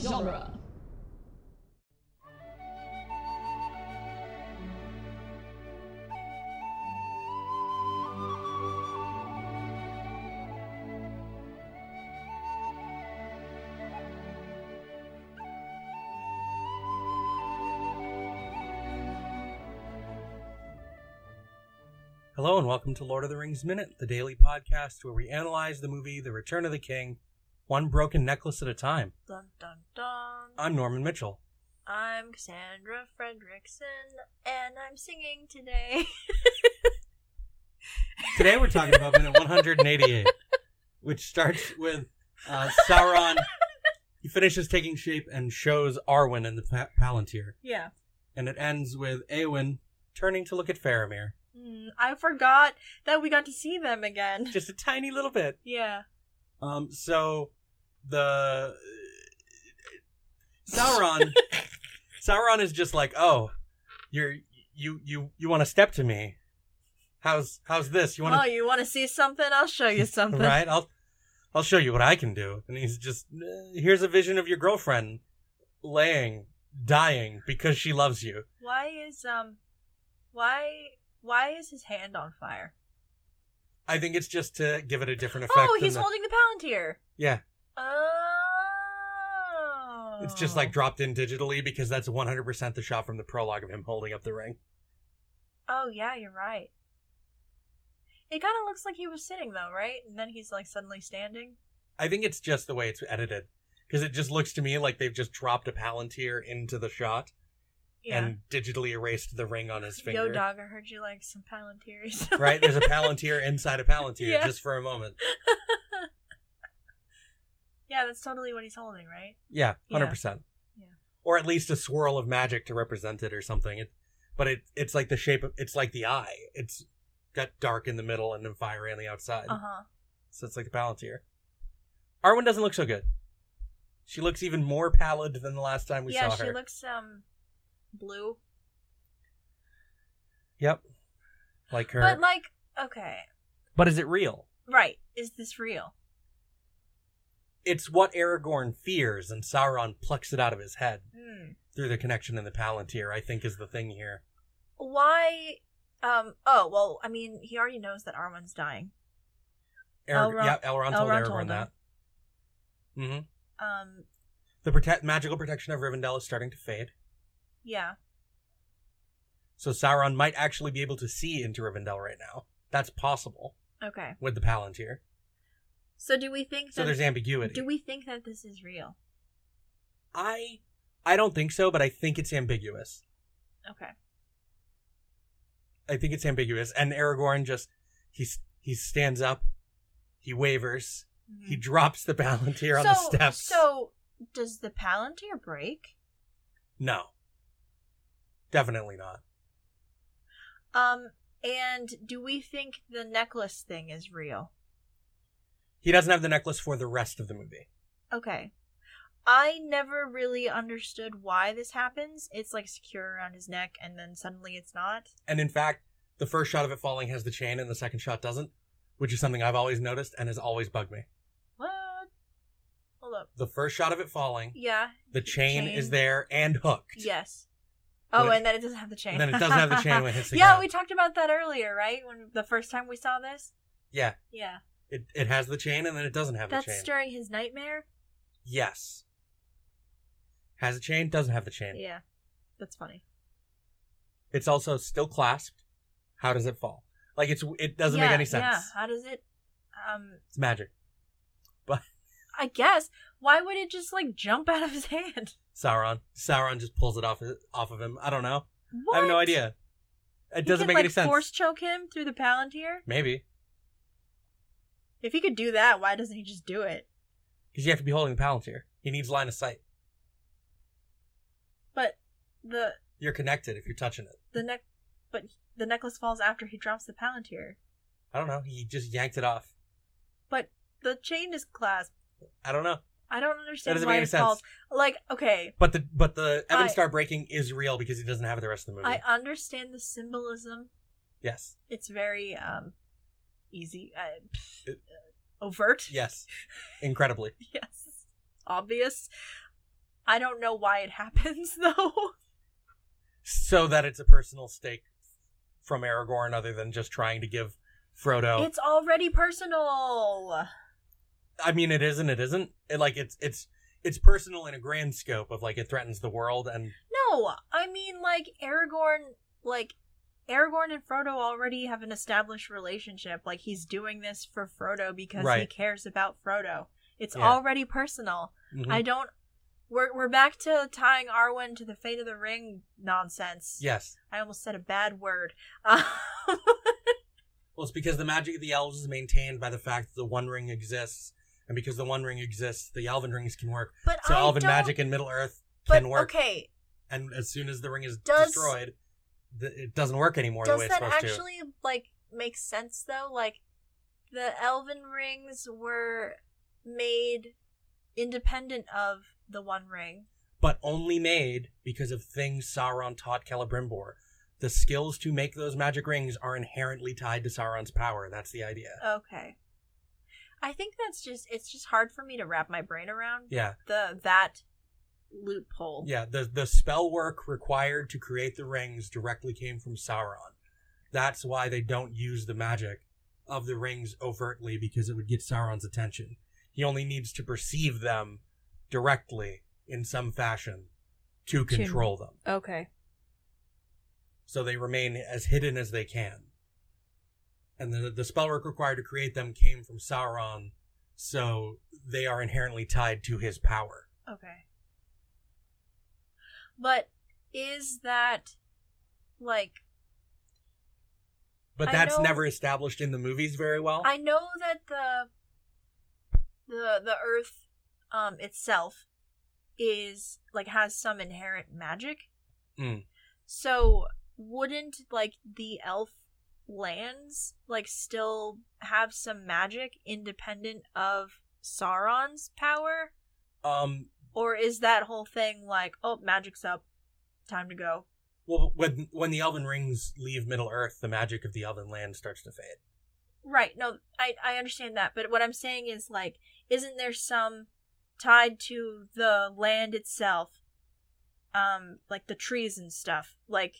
genre. Hello and welcome to Lord of the Rings Minute, the daily podcast where we analyze the movie The Return of the King, one broken necklace at a time. Dun dun dun. I'm Norman Mitchell. I'm Cassandra Fredrickson, and I'm singing today. Today we're talking about minute 188, which starts with uh, Sauron. He finishes taking shape and shows Arwen in the pa- Palantir, Yeah. and it ends with Aowen turning to look at Faramir. Mm, I forgot that we got to see them again. Just a tiny little bit. Yeah. Um, so the Sauron, Sauron is just like, oh, you're you you you want to step to me? How's how's this? You oh, want you want to see something? I'll show you to something. right? I'll I'll show you what I can do. And he's just "Eh, here's a vision of your girlfriend laying, dying because she loves you. Why is um, why why is his hand on fire? I think it's just to give it a different effect. Oh, than he's the- holding the palantir. yeah. Oh. It's just like dropped in digitally because that's 100% the shot from the prologue of him holding up the ring. Oh yeah, you're right. It kind of looks like he was sitting though, right? And then he's like suddenly standing. I think it's just the way it's edited because it just looks to me like they've just dropped a palantir into the shot Yeah. and digitally erased the ring on his finger. Yo, dog, I heard you like some Palantir. or something. right? There's a palantir inside a palantir Yeah. just for a moment. yeah, that's totally what he's holding, right? Yeah, Yeah. hundred percent. Yeah. Or at least a swirl of magic to represent it or something. It, but it it's like the shape of it's like the eye. It's got dark in the middle and then fire on the outside. Uh huh. So it's like the palantir. Arwen doesn't look so good. She looks even more pallid than the last time we Yeah, saw her. she looks um blue, yep. Like her. but like okay, But is it real? right? Is this real? It's what Aragorn fears, and Sauron plucks it out of his head Hmm. through the connection in the Palantir, I think is the thing here. Why? Um. Oh well, I mean, he already knows that Arwen's dying. Arag- Elrond- yeah, Elrond told Elrond Aragorn told him. that. hmm Um. The prote- magical protection of Rivendell is starting to fade, Yeah. so Sauron might actually be able to see into Rivendell right now. That's possible Okay. with the Palantir. So do we think? That, So there's ambiguity. Do we think that this is real? I I don't think so, but I think it's ambiguous. Okay. I think it's ambiguous. And Aragorn just he s- he stands up, he wavers, Mhm. He drops the palantir on the So- steps. So does the Palantir break? no, definitely not. Um. And do we think the necklace thing is real? He doesn't have the necklace for the rest of the movie. Okay. I never really understood why this happens. It's like secure around his neck and then suddenly it's not. And in fact, the first shot of it falling has the chain, and the second shot doesn't, which is something I've always noticed and has always bugged me. What? Hold up. The first shot of it falling, Yeah. the chain, Chain. is there and hooked. Yes. Oh, When it- and then it doesn't have the chain. And then it doesn't have the chain when it hits the yeah, ground. we talked about that earlier, right? When the first time we saw this. Yeah, Yeah. it it has the chain, and then it doesn't have That's the chain. during his nightmare. yes, has a chain, doesn't have the chain. Yeah. That's funny. It's also still clasped. How does it fall? Like it's it doesn't make Yeah, any sense. Yeah. How does it um It's magic. I guess why would it just like jump out of his hand? Sauron. Sauron just pulls it off off of him. I don't know. What? I have no idea. It He doesn't could, make like, any sense. Force choke him through the palantir. Maybe If he could do that, why doesn't he just do it? because you have to be holding the palantir. He needs line of sight. But the You're connected if you're touching it. the neck, but the necklace falls after he drops the palantir. I don't know. He just yanked it off. But the chain is clasped. I don't know. I don't understand doesn't why make any it falls. Like, okay, But the but the Evan I- Star breaking is real because he doesn't have it the rest of the movie. I understand the symbolism. yes. It's very um easy, uh, It- overt. Yes. Incredibly. Yes, obvious. I don't know why it happens though. so that it's a personal stake from Aragorn, other than just trying to give Frodo. It's already personal. I mean, it is and it isn't. It, like it's it's it's personal in a grand scope of like it threatens the world and No, I mean like Aragorn like Aragorn and Frodo already have an established relationship. Like he's doing this for Frodo because he Right. cares about Frodo. It's Yeah. already personal. Mhm. I don't we're we're back to tying Arwen to the fate of the ring nonsense. yes. I almost said a bad word. Um, Well, it's because the magic of the elves is maintained by the fact that the One Ring exists, and because the One Ring exists, the Elven rings can work. but So I Elven don't, magic in Middle Earth but, can work. Okay, And as soon as the ring is Does- destroyed, th- it doesn't work anymore the way it's does that supposed to. actually like make sense though like the elven rings were made independent of the one ring but only made because of things Sauron taught Celebrimbor. The skills to make those magic rings are inherently tied to Sauron's power. That's the idea. okay i think that's just it's just hard for me to wrap my brain around Yeah, the that loophole yeah. The the spell work required to create the rings directly came from Sauron. That's why they don't use the magic of the rings overtly because it would get Sauron's attention. He only needs to perceive them directly in some fashion to To- control them. okay so they remain as hidden as they can. And the the spellwork required to create them came from Sauron, so they are inherently tied to his power. okay but is that like But I that's know- never established in the movies very well. I know that the the the earth um itself is like has some inherent magic. Mm. So wouldn't like the elf lands like still have some magic independent of Sauron's power um, or is that whole thing like oh magic's up time to go. well, when when the Elven rings leave Middle Earth, the magic of the Elven land starts to fade. Right. No, I I understand that, but what I'm saying is like, isn't there some tied to the land itself, um, like the trees and stuff, like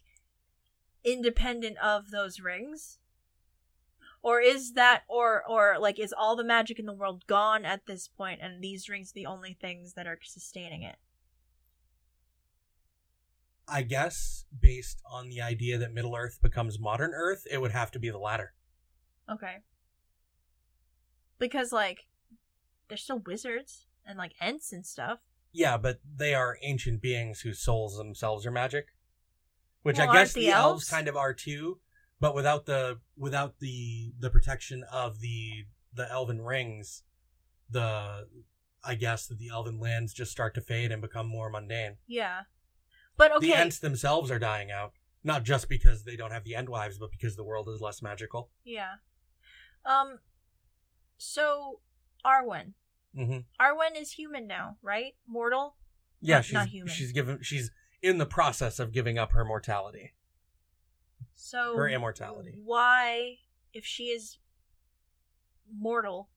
independent of those rings? Or is that, or or like, is all the magic in the world gone at this point, and these rings the only things that are sustaining it? I guess based on the idea that Middle Earth becomes modern Earth, it would have to be the latter. Okay. Because like, they're still wizards and like Ents and stuff. Yeah, but they are ancient beings whose souls themselves are magic, which Well, I guess aren't the the elves? elves? kind of are too. But without the without the the protection of the the elven rings, the I guess that the elven lands just start to fade and become more mundane. Yeah. But okay. The Ents themselves are dying out, not just because they don't have the Endwives, but because the world is less magical. Yeah. Um so Arwen. Mm-hmm. Arwen is human now, right? Mortal? Yeah, Not- she's not human. she's given she's in the process of giving up her mortality, So her immortality. Why if she is mortal,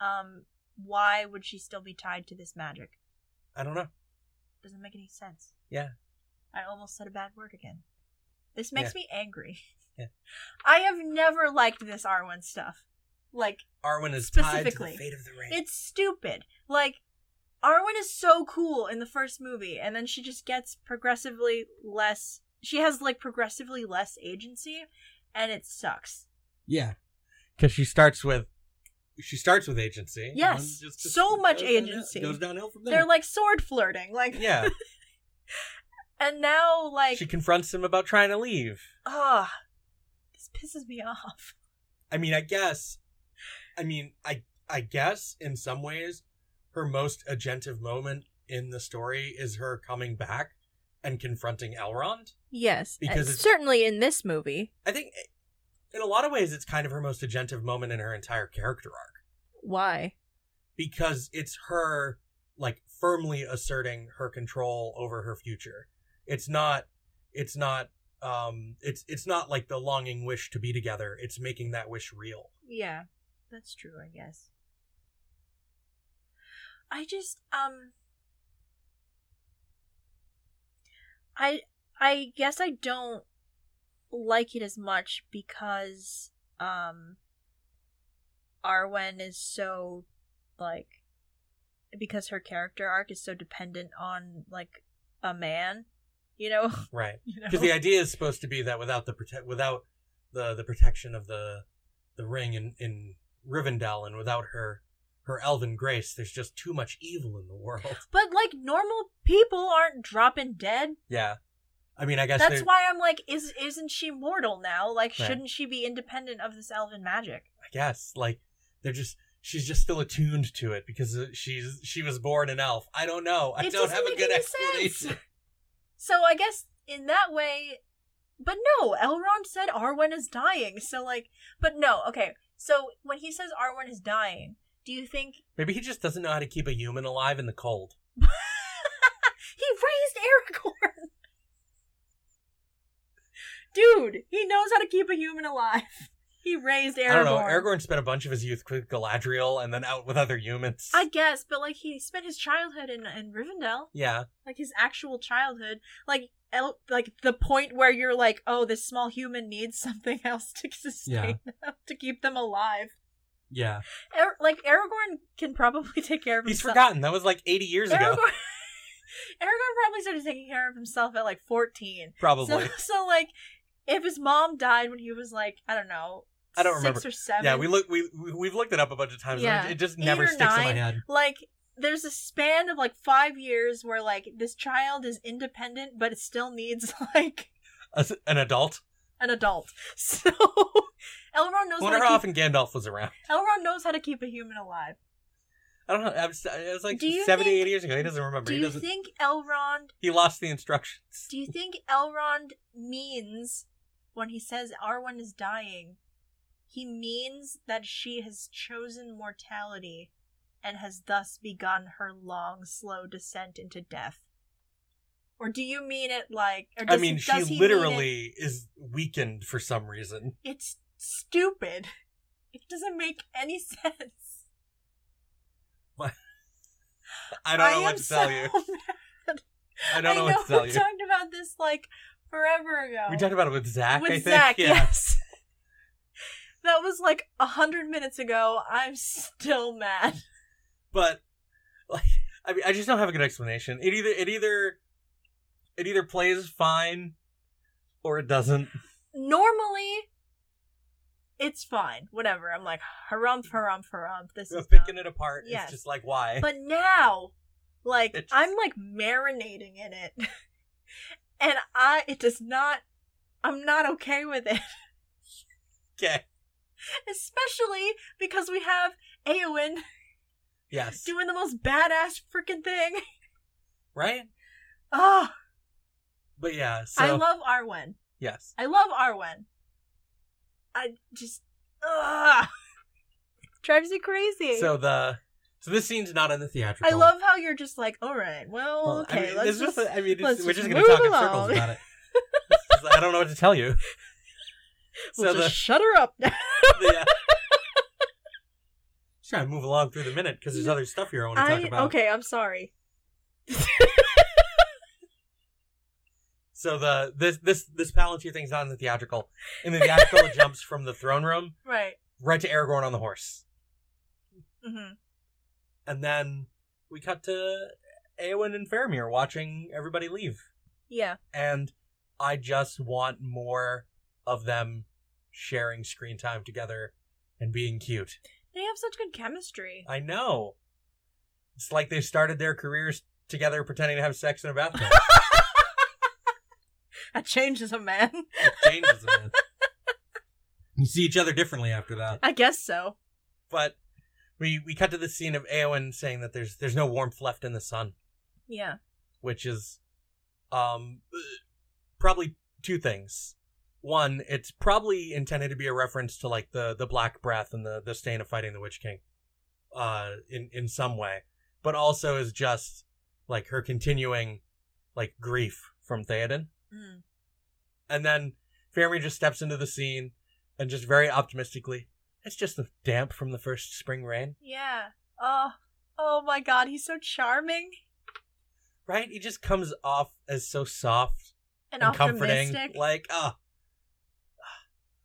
um why would she still be tied to this magic? I don't know. Doesn't make any sense. Yeah. I almost said a bad word again. This makes me angry. Yeah. I have never liked this Arwen stuff. Like Arwen is tied to the Specifically. fate of the ring. It's stupid. Like, Arwen is so cool in the first movie, and then she just gets progressively less. She has, like, progressively less agency, and it sucks. Yeah, because she starts with she starts with agency. and Yes, then so much goes downhill- agency. goes downhill from there. They're, like, sword flirting. Like, yeah, and now, like, she confronts him about trying to leave. ah, this pisses me off. I mean, I guess, I mean, I I guess in some ways, her most agentive moment in the story is her coming back and confronting Elrond. Yes, Because it's- certainly in this movie. I think, in a lot of ways, it's kind of her most agentive moment in her entire character arc. Why? because it's her like firmly asserting her control over her future. It's not it's not um it's it's not like the longing wish to be together. It's making that wish real. Yeah, that's true, I guess. I just um I I guess I don't like it as much because um Arwen is so like because her character arc is so dependent on like a man, you know. right? You know? Because the idea is supposed to be that without the prote- without the the protection of the the ring in in Rivendell and without her her elven grace, there's just too much evil in the world. But like normal people aren't dropping dead. Yeah, I mean, I guess That's they- why I'm like, is isn't she mortal now? Like, Right. shouldn't she be independent of this elven magic? I guess like they're just she's just still attuned to it because uh, she's she was born an elf. I don't know. I It don't doesn't have a make good any explanation. So I guess in that way, but no, Elrond said Arwen is dying. So like, but no, okay. So when he says Arwen is dying, do you think Maybe he just doesn't know how to keep a human alive in the cold. he raised Aragorn? Dude, he knows how to keep a human alive. He raised Aragorn. I don't know. Aragorn spent a bunch of his youth with Galadriel and then out with other humans. I guess, but like he spent his childhood in in Rivendell. yeah, like his actual childhood like el- like the point where you're like oh this small human needs something else to sustain them to keep them alive yeah. Ar- like aragorn can probably take care of He's himself forgotten. That was like 80 years ago, aragorn aragorn probably started taking care of himself at like 14 probably. so so like if his mom died when he was like i don't know I don't six remember. or seven yeah, we look we we- we've looked it up a bunch of times. and Yeah. It just Eight never or sticks in nine. my head. like there's a span of like five years where like this child is independent but it still needs like As an adult. an adult. So Elrond knows Wonder how to how keep, often Gandalf was around. Elrond knows how to keep a human alive. I don't know. I was, I was like Do you 70, think- 80 years ago. He doesn't remember. Do He you doesn't. think Elrond He lost the instructions. do you think Elrond means when he says Arwen is dying, he means that she has chosen mortality and has thus begun her long, slow descent into death? Or do you mean it like or I does, mean, does he she mean it- literally is weakened for some reason. it's stupid. It doesn't make any sense. I don't know am what to tell you. so mad. I don't know what to tell we you. talked about this like forever ago. We talked about it with Zach, with I think. Zach, yeah. yes. that was like a hundred minutes ago. I'm still mad. But like I mean I just don't have a good explanation. It either it either it either plays fine or it doesn't. Normally, it's fine. Whatever. I'm like harumph, harumph, harumph. This We're is picking dumb. it apart. Yes. It's just like why? But now, like It just- I'm like marinating in it, and I it does not. I'm not okay with it. okay. especially because we have Eowyn Yes. doing the most badass freaking thing. right? Oh, But yeah, so I love Arwen. yes. I love Arwen. I just ugh. drives me crazy. So the so this scene's not in the theatrical. I love how you're just like, all right, well, Well, I okay, mean, let's this just. is- I mean, it's- let's we're just just going to move talk in along. circles about it. It's just- I don't know what to tell you. we'll So just the shut her up now. the, uh, just gotta move along through the minute because there's other stuff here I want to talk I- about. Okay, I'm sorry. So the this this this Palantir thing's not in the theatrical. In the theatrical, it jumps from the throne room Right. right to Aragorn on the horse, hmm and then we cut to Eowyn and Faramir watching everybody leave. Yeah. And I just want more of them sharing screen time together and being cute. They have such good chemistry. I know. It's like they started their careers together pretending to have sex in a bathtub. That changes a man. it changes man. You see each other differently after that. I guess so. But we we cut to the scene of Eowyn saying that there's there's no warmth left in the sun, Yeah. which is um probably two things. One, it's probably intended to be a reference to like the the black breath and the the stain of fighting the Witch King, uh, in in some way, but also is just like her continuing like grief from Theoden. Mm. And then Faramir just steps into the scene and just very optimistically, it's just the damp from the first spring rain. Yeah. Oh, oh my God, he's so charming. right? He just comes off as so soft and, and comforting. optimistic. Like, ah.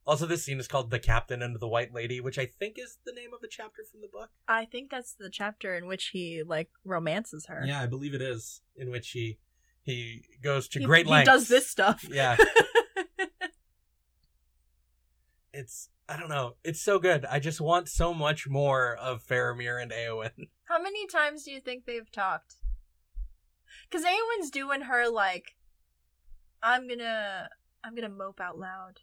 Also, this scene is called "The Captain and the White Lady," which I think is the name of the chapter from the book. I think that's the chapter in which he like romances her. Yeah, I believe it is. In which he he goes to He- great he lengths. does this stuff. Yeah. It's I don't know. It's so good. I just want so much more of Faramir and Eowyn. How many times do you think they've talked? Cause Aowen's doing her like I'm gonna I'm gonna mope out loud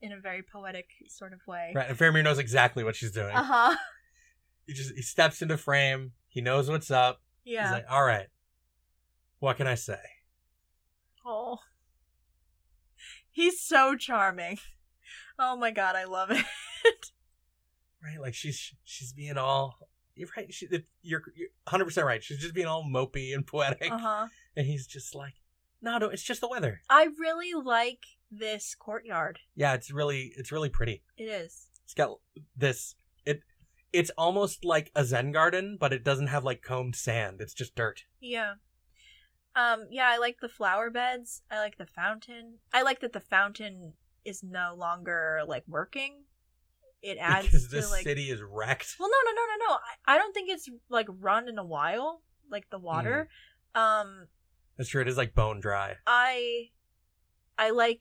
in a very poetic sort of way. Right, and Faramir knows exactly what she's doing. Uh-huh. He just he steps into frame. He knows what's up. Yeah. He's like, all right, what can I say? oh. He's so charming. Oh my god, I love it. Right, like she's she's being all. You're right. She, it- you're you're 100 percent right. She's just being all mopey and poetic, Uh-huh. and he's just like, no, no, it's just the weather. I really like this courtyard. Yeah, it's really it's really pretty. It is. It's got this. It it's almost like a Zen garden, but it doesn't have like combed sand. It's just dirt. Yeah. Um, yeah, I like the flower beds. I like the fountain. I like that the fountain is no longer like working. It adds because to this like city is wrecked. Well, no, no, no, no, no. I, I don't think it's like run in a while, like the water. Mm-hmm. Um, That's true. It is like bone dry. I I like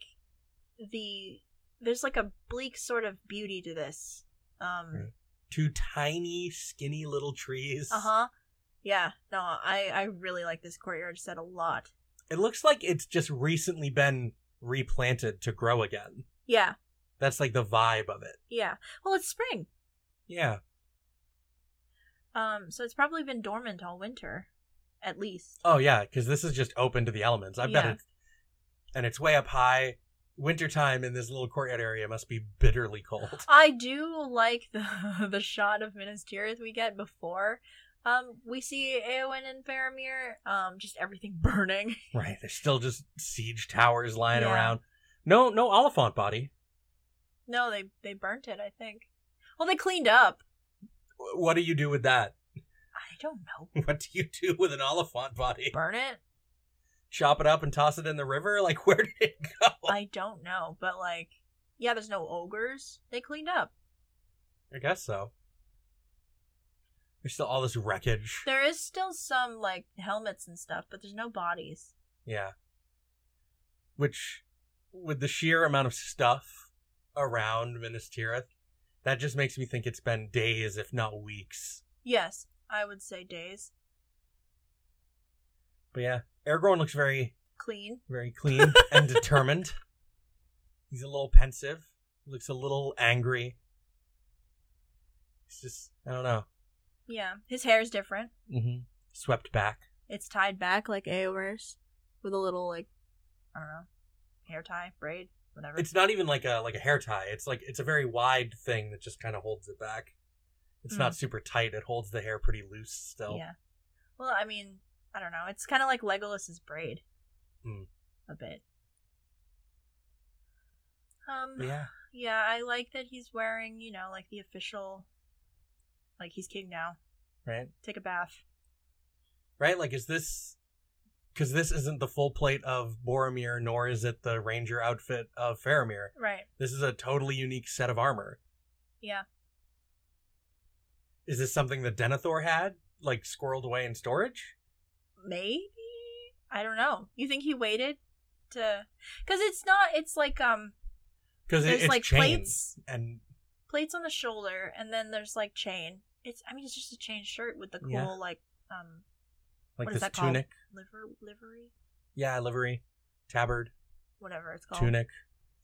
the there's like a bleak sort of beauty to this. Um, Right. Two tiny, skinny little trees. uh huh. Yeah. No, I I really like this courtyard set a lot. It looks like it's just recently been replanted to grow again. Yeah. That's like the vibe of it. Yeah. Well, it's spring. Yeah. Um, so it's probably been dormant all winter, at least. Oh yeah, because this is just open to the elements. I bet Yeah. it, and it's way up high. Wintertime in this little courtyard area must be bitterly cold. I do like the the shot of Minas Tirith we get before um we see Eowyn and Faramir, um, just everything burning. Right. There's still just siege towers lying Yeah. around. No, no Oliphant body. No, they they burnt it, I think. Well, they cleaned up. Wh- What do you do with that? I don't know. What do you do with an Oliphant body? Burn it? chop it up and toss it in the river? Like, where did it go? I, I don't know, but like, yeah, there's no ogres. They cleaned up. guess so. There's still all this wreckage. There is still some like helmets and stuff, but there's no bodies. Yeah. Which, with the sheer amount of stuff around Minas Tirith, that just makes me think it's been days, if not weeks. Yes, I would say days But yeah, Aragorn looks very, clean. very clean and determined. He's a little pensive. He looks a little angry. He's just, I don't know. Yeah, his hair's different. Mm-hmm. Swept back. It's tied back like Aower's with a little like I don't know hair tie, braid, whatever. It's not even like a like a hair tie. It's like it's a very wide thing that just kind of holds it back. It's not super tight. It holds the hair pretty loose still. yeah. Well, I mean, I don't know. It's kind of like Legolas's braid, Hmm. a bit. Um. But yeah. Yeah, I like that he's wearing you know like the official, like he's king now. Right. Take a bath. Right. Like, is this because this isn't the full plate of Boromir, nor is it the ranger outfit of Faramir. Right. This is a totally unique set of armor. Yeah. Is this something that Denethor had, like squirreled away in storage? Maybe I don't know. You think he waited to? Because it's not. It's like um. Because it, There's it's like chain plates. and plates on the shoulder, and then there's like chain. It's I mean it's just a chain shirt with the cool Yeah. like um like What is this that called? tunic. liver livery Yeah, livery, tabard, whatever it's called. tunic,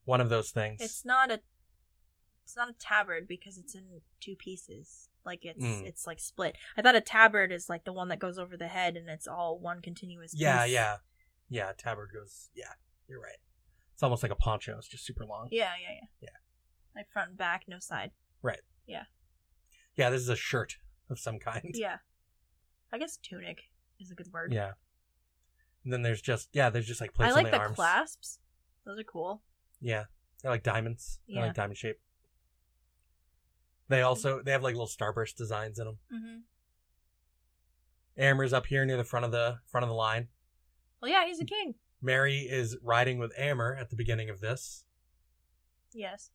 one of those things. It's not a it's not a tabard because it's in two pieces. Like it's Mm. it's like split. I thought a tabard is like the one that goes over the head and it's all one continuous. Yeah, piece. yeah. Yeah, tabard goes yeah, you're right. It's almost like a poncho, it's just super long. yeah, yeah, yeah, Like front and back, no side. Yeah, this is a shirt of some kind. Yeah, I guess tunic is a good word. Yeah. And then there's just yeah, there's just like plates I like on the the, arms. clasps. Those are cool. Yeah. They're like diamonds. They're Yeah. like diamond shape. They also they have like little starburst designs in them. Mm-hmm. Amir's up here near the front of the front of the line. Well, yeah, Hmm. he's a king. Mary is riding with Amor at the beginning of this. Yes.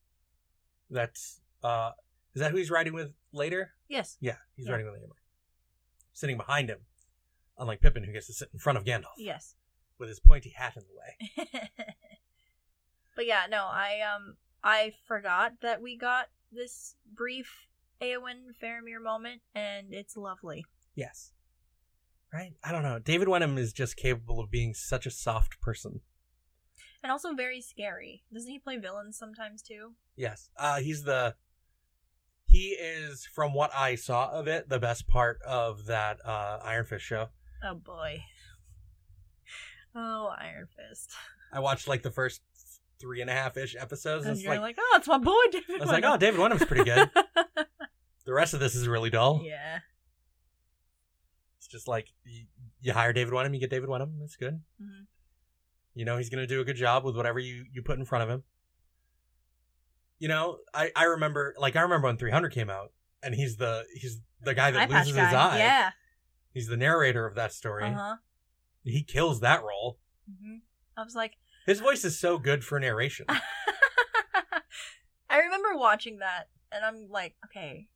That's uh is that who he's riding with later? Yes. Yeah, he's Yeah. riding with Amor. Sitting behind him. Unlike Pippin who gets to sit in front of Gandalf Yes. with his pointy hat in the way. but yeah, no, I um I forgot that we got this brief Eowyn Faramir moment and it's lovely. Yes. Right? I don't know. David Wenham is just capable of being such a soft person. And also very scary. Doesn't he play villains sometimes too? Yes. Uh he's the he is from what I saw of it the best part of that uh Ironfish show. Oh boy. Oh, Iron Fist. I watched like the first three and a half ish episodes. And It's you're like, like, oh, it's my boy David. I was like, oh, David Wenham's pretty good. the rest of this is really dull. yeah. It's just like you, you hire David Wenham, you get David Wenham. That's good. Mhm. You know he's gonna do a good job with whatever you you put in front of him. You know, I I remember like I remember when 300 came out, and he's the he's the guy that Eye patch loses guy. his eye. Yeah. He's the narrator of that story. Uh huh. He kills that role. hmm I was like, His voice is so good for narration. I remember watching that, and I'm like, okay,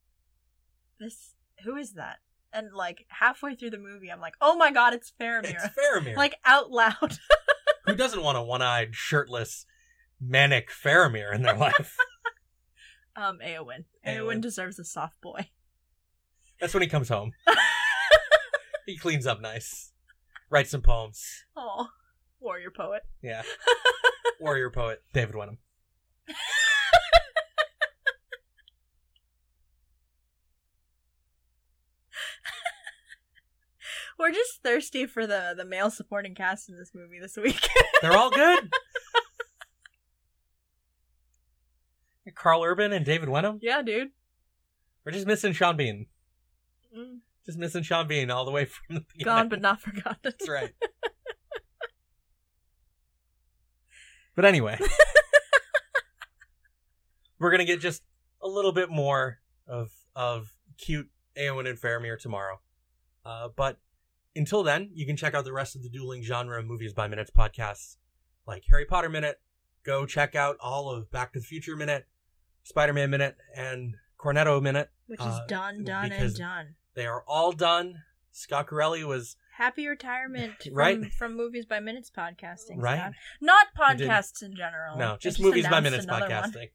this who is that? And like halfway through the movie, I'm like, oh my god, it's it's Faramir, Faramir. like out loud. Who doesn't want a one-eyed, shirtless, manic Faramir in their life? Um, Eowyn, Eowyn. Eowyn deserves a soft boy. That's when he comes home. he cleans up nice, writes some poems. Oh, warrior poet. Yeah, warrior poet David Wenham. We're just thirsty for the the male supporting cast in this movie this week. They're all good. Carl Urban and David Wenham. yeah, dude. We're just missing Sean Bean. Mm, Just missing Sean Bean all the way from the beginning. Gone but not forgotten. That's right. but anyway, we're gonna get just a little bit more of of cute Eowyn and Faramir tomorrow. Uh, but until then, you can check out the rest of the dueling genre movies by minutes podcasts, like Harry Potter Minute. Go check out all of Back to the Future Minute, Spider Man Minute, and Cornetto Minute. Which is Uh, done, done, because- and done. They are all done. Scott Corelli was Happy retirement from, Right? from movies by minutes podcasting. Right. Scott. Not You did- podcasts in general. No, I just movies by Oh, announced minutes another one. podcasting.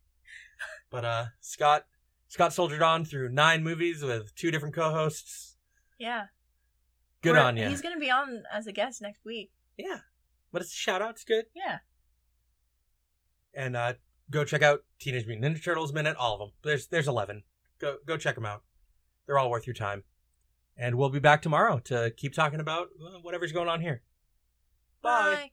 But uh, Scott Scott soldiered on through nine movies with two different co-hosts. Yeah. Good We're- on you. He's going to be on as a guest next week. Yeah, but it's a shout out. It's good. Yeah. And uh, go check out Teenage Mutant Ninja Turtles minute. All of them. There's there's eleven. Go go check them out. They're all worth your time. And we'll be back tomorrow to keep talking about uh, whatever's going on here. Bye. Bye.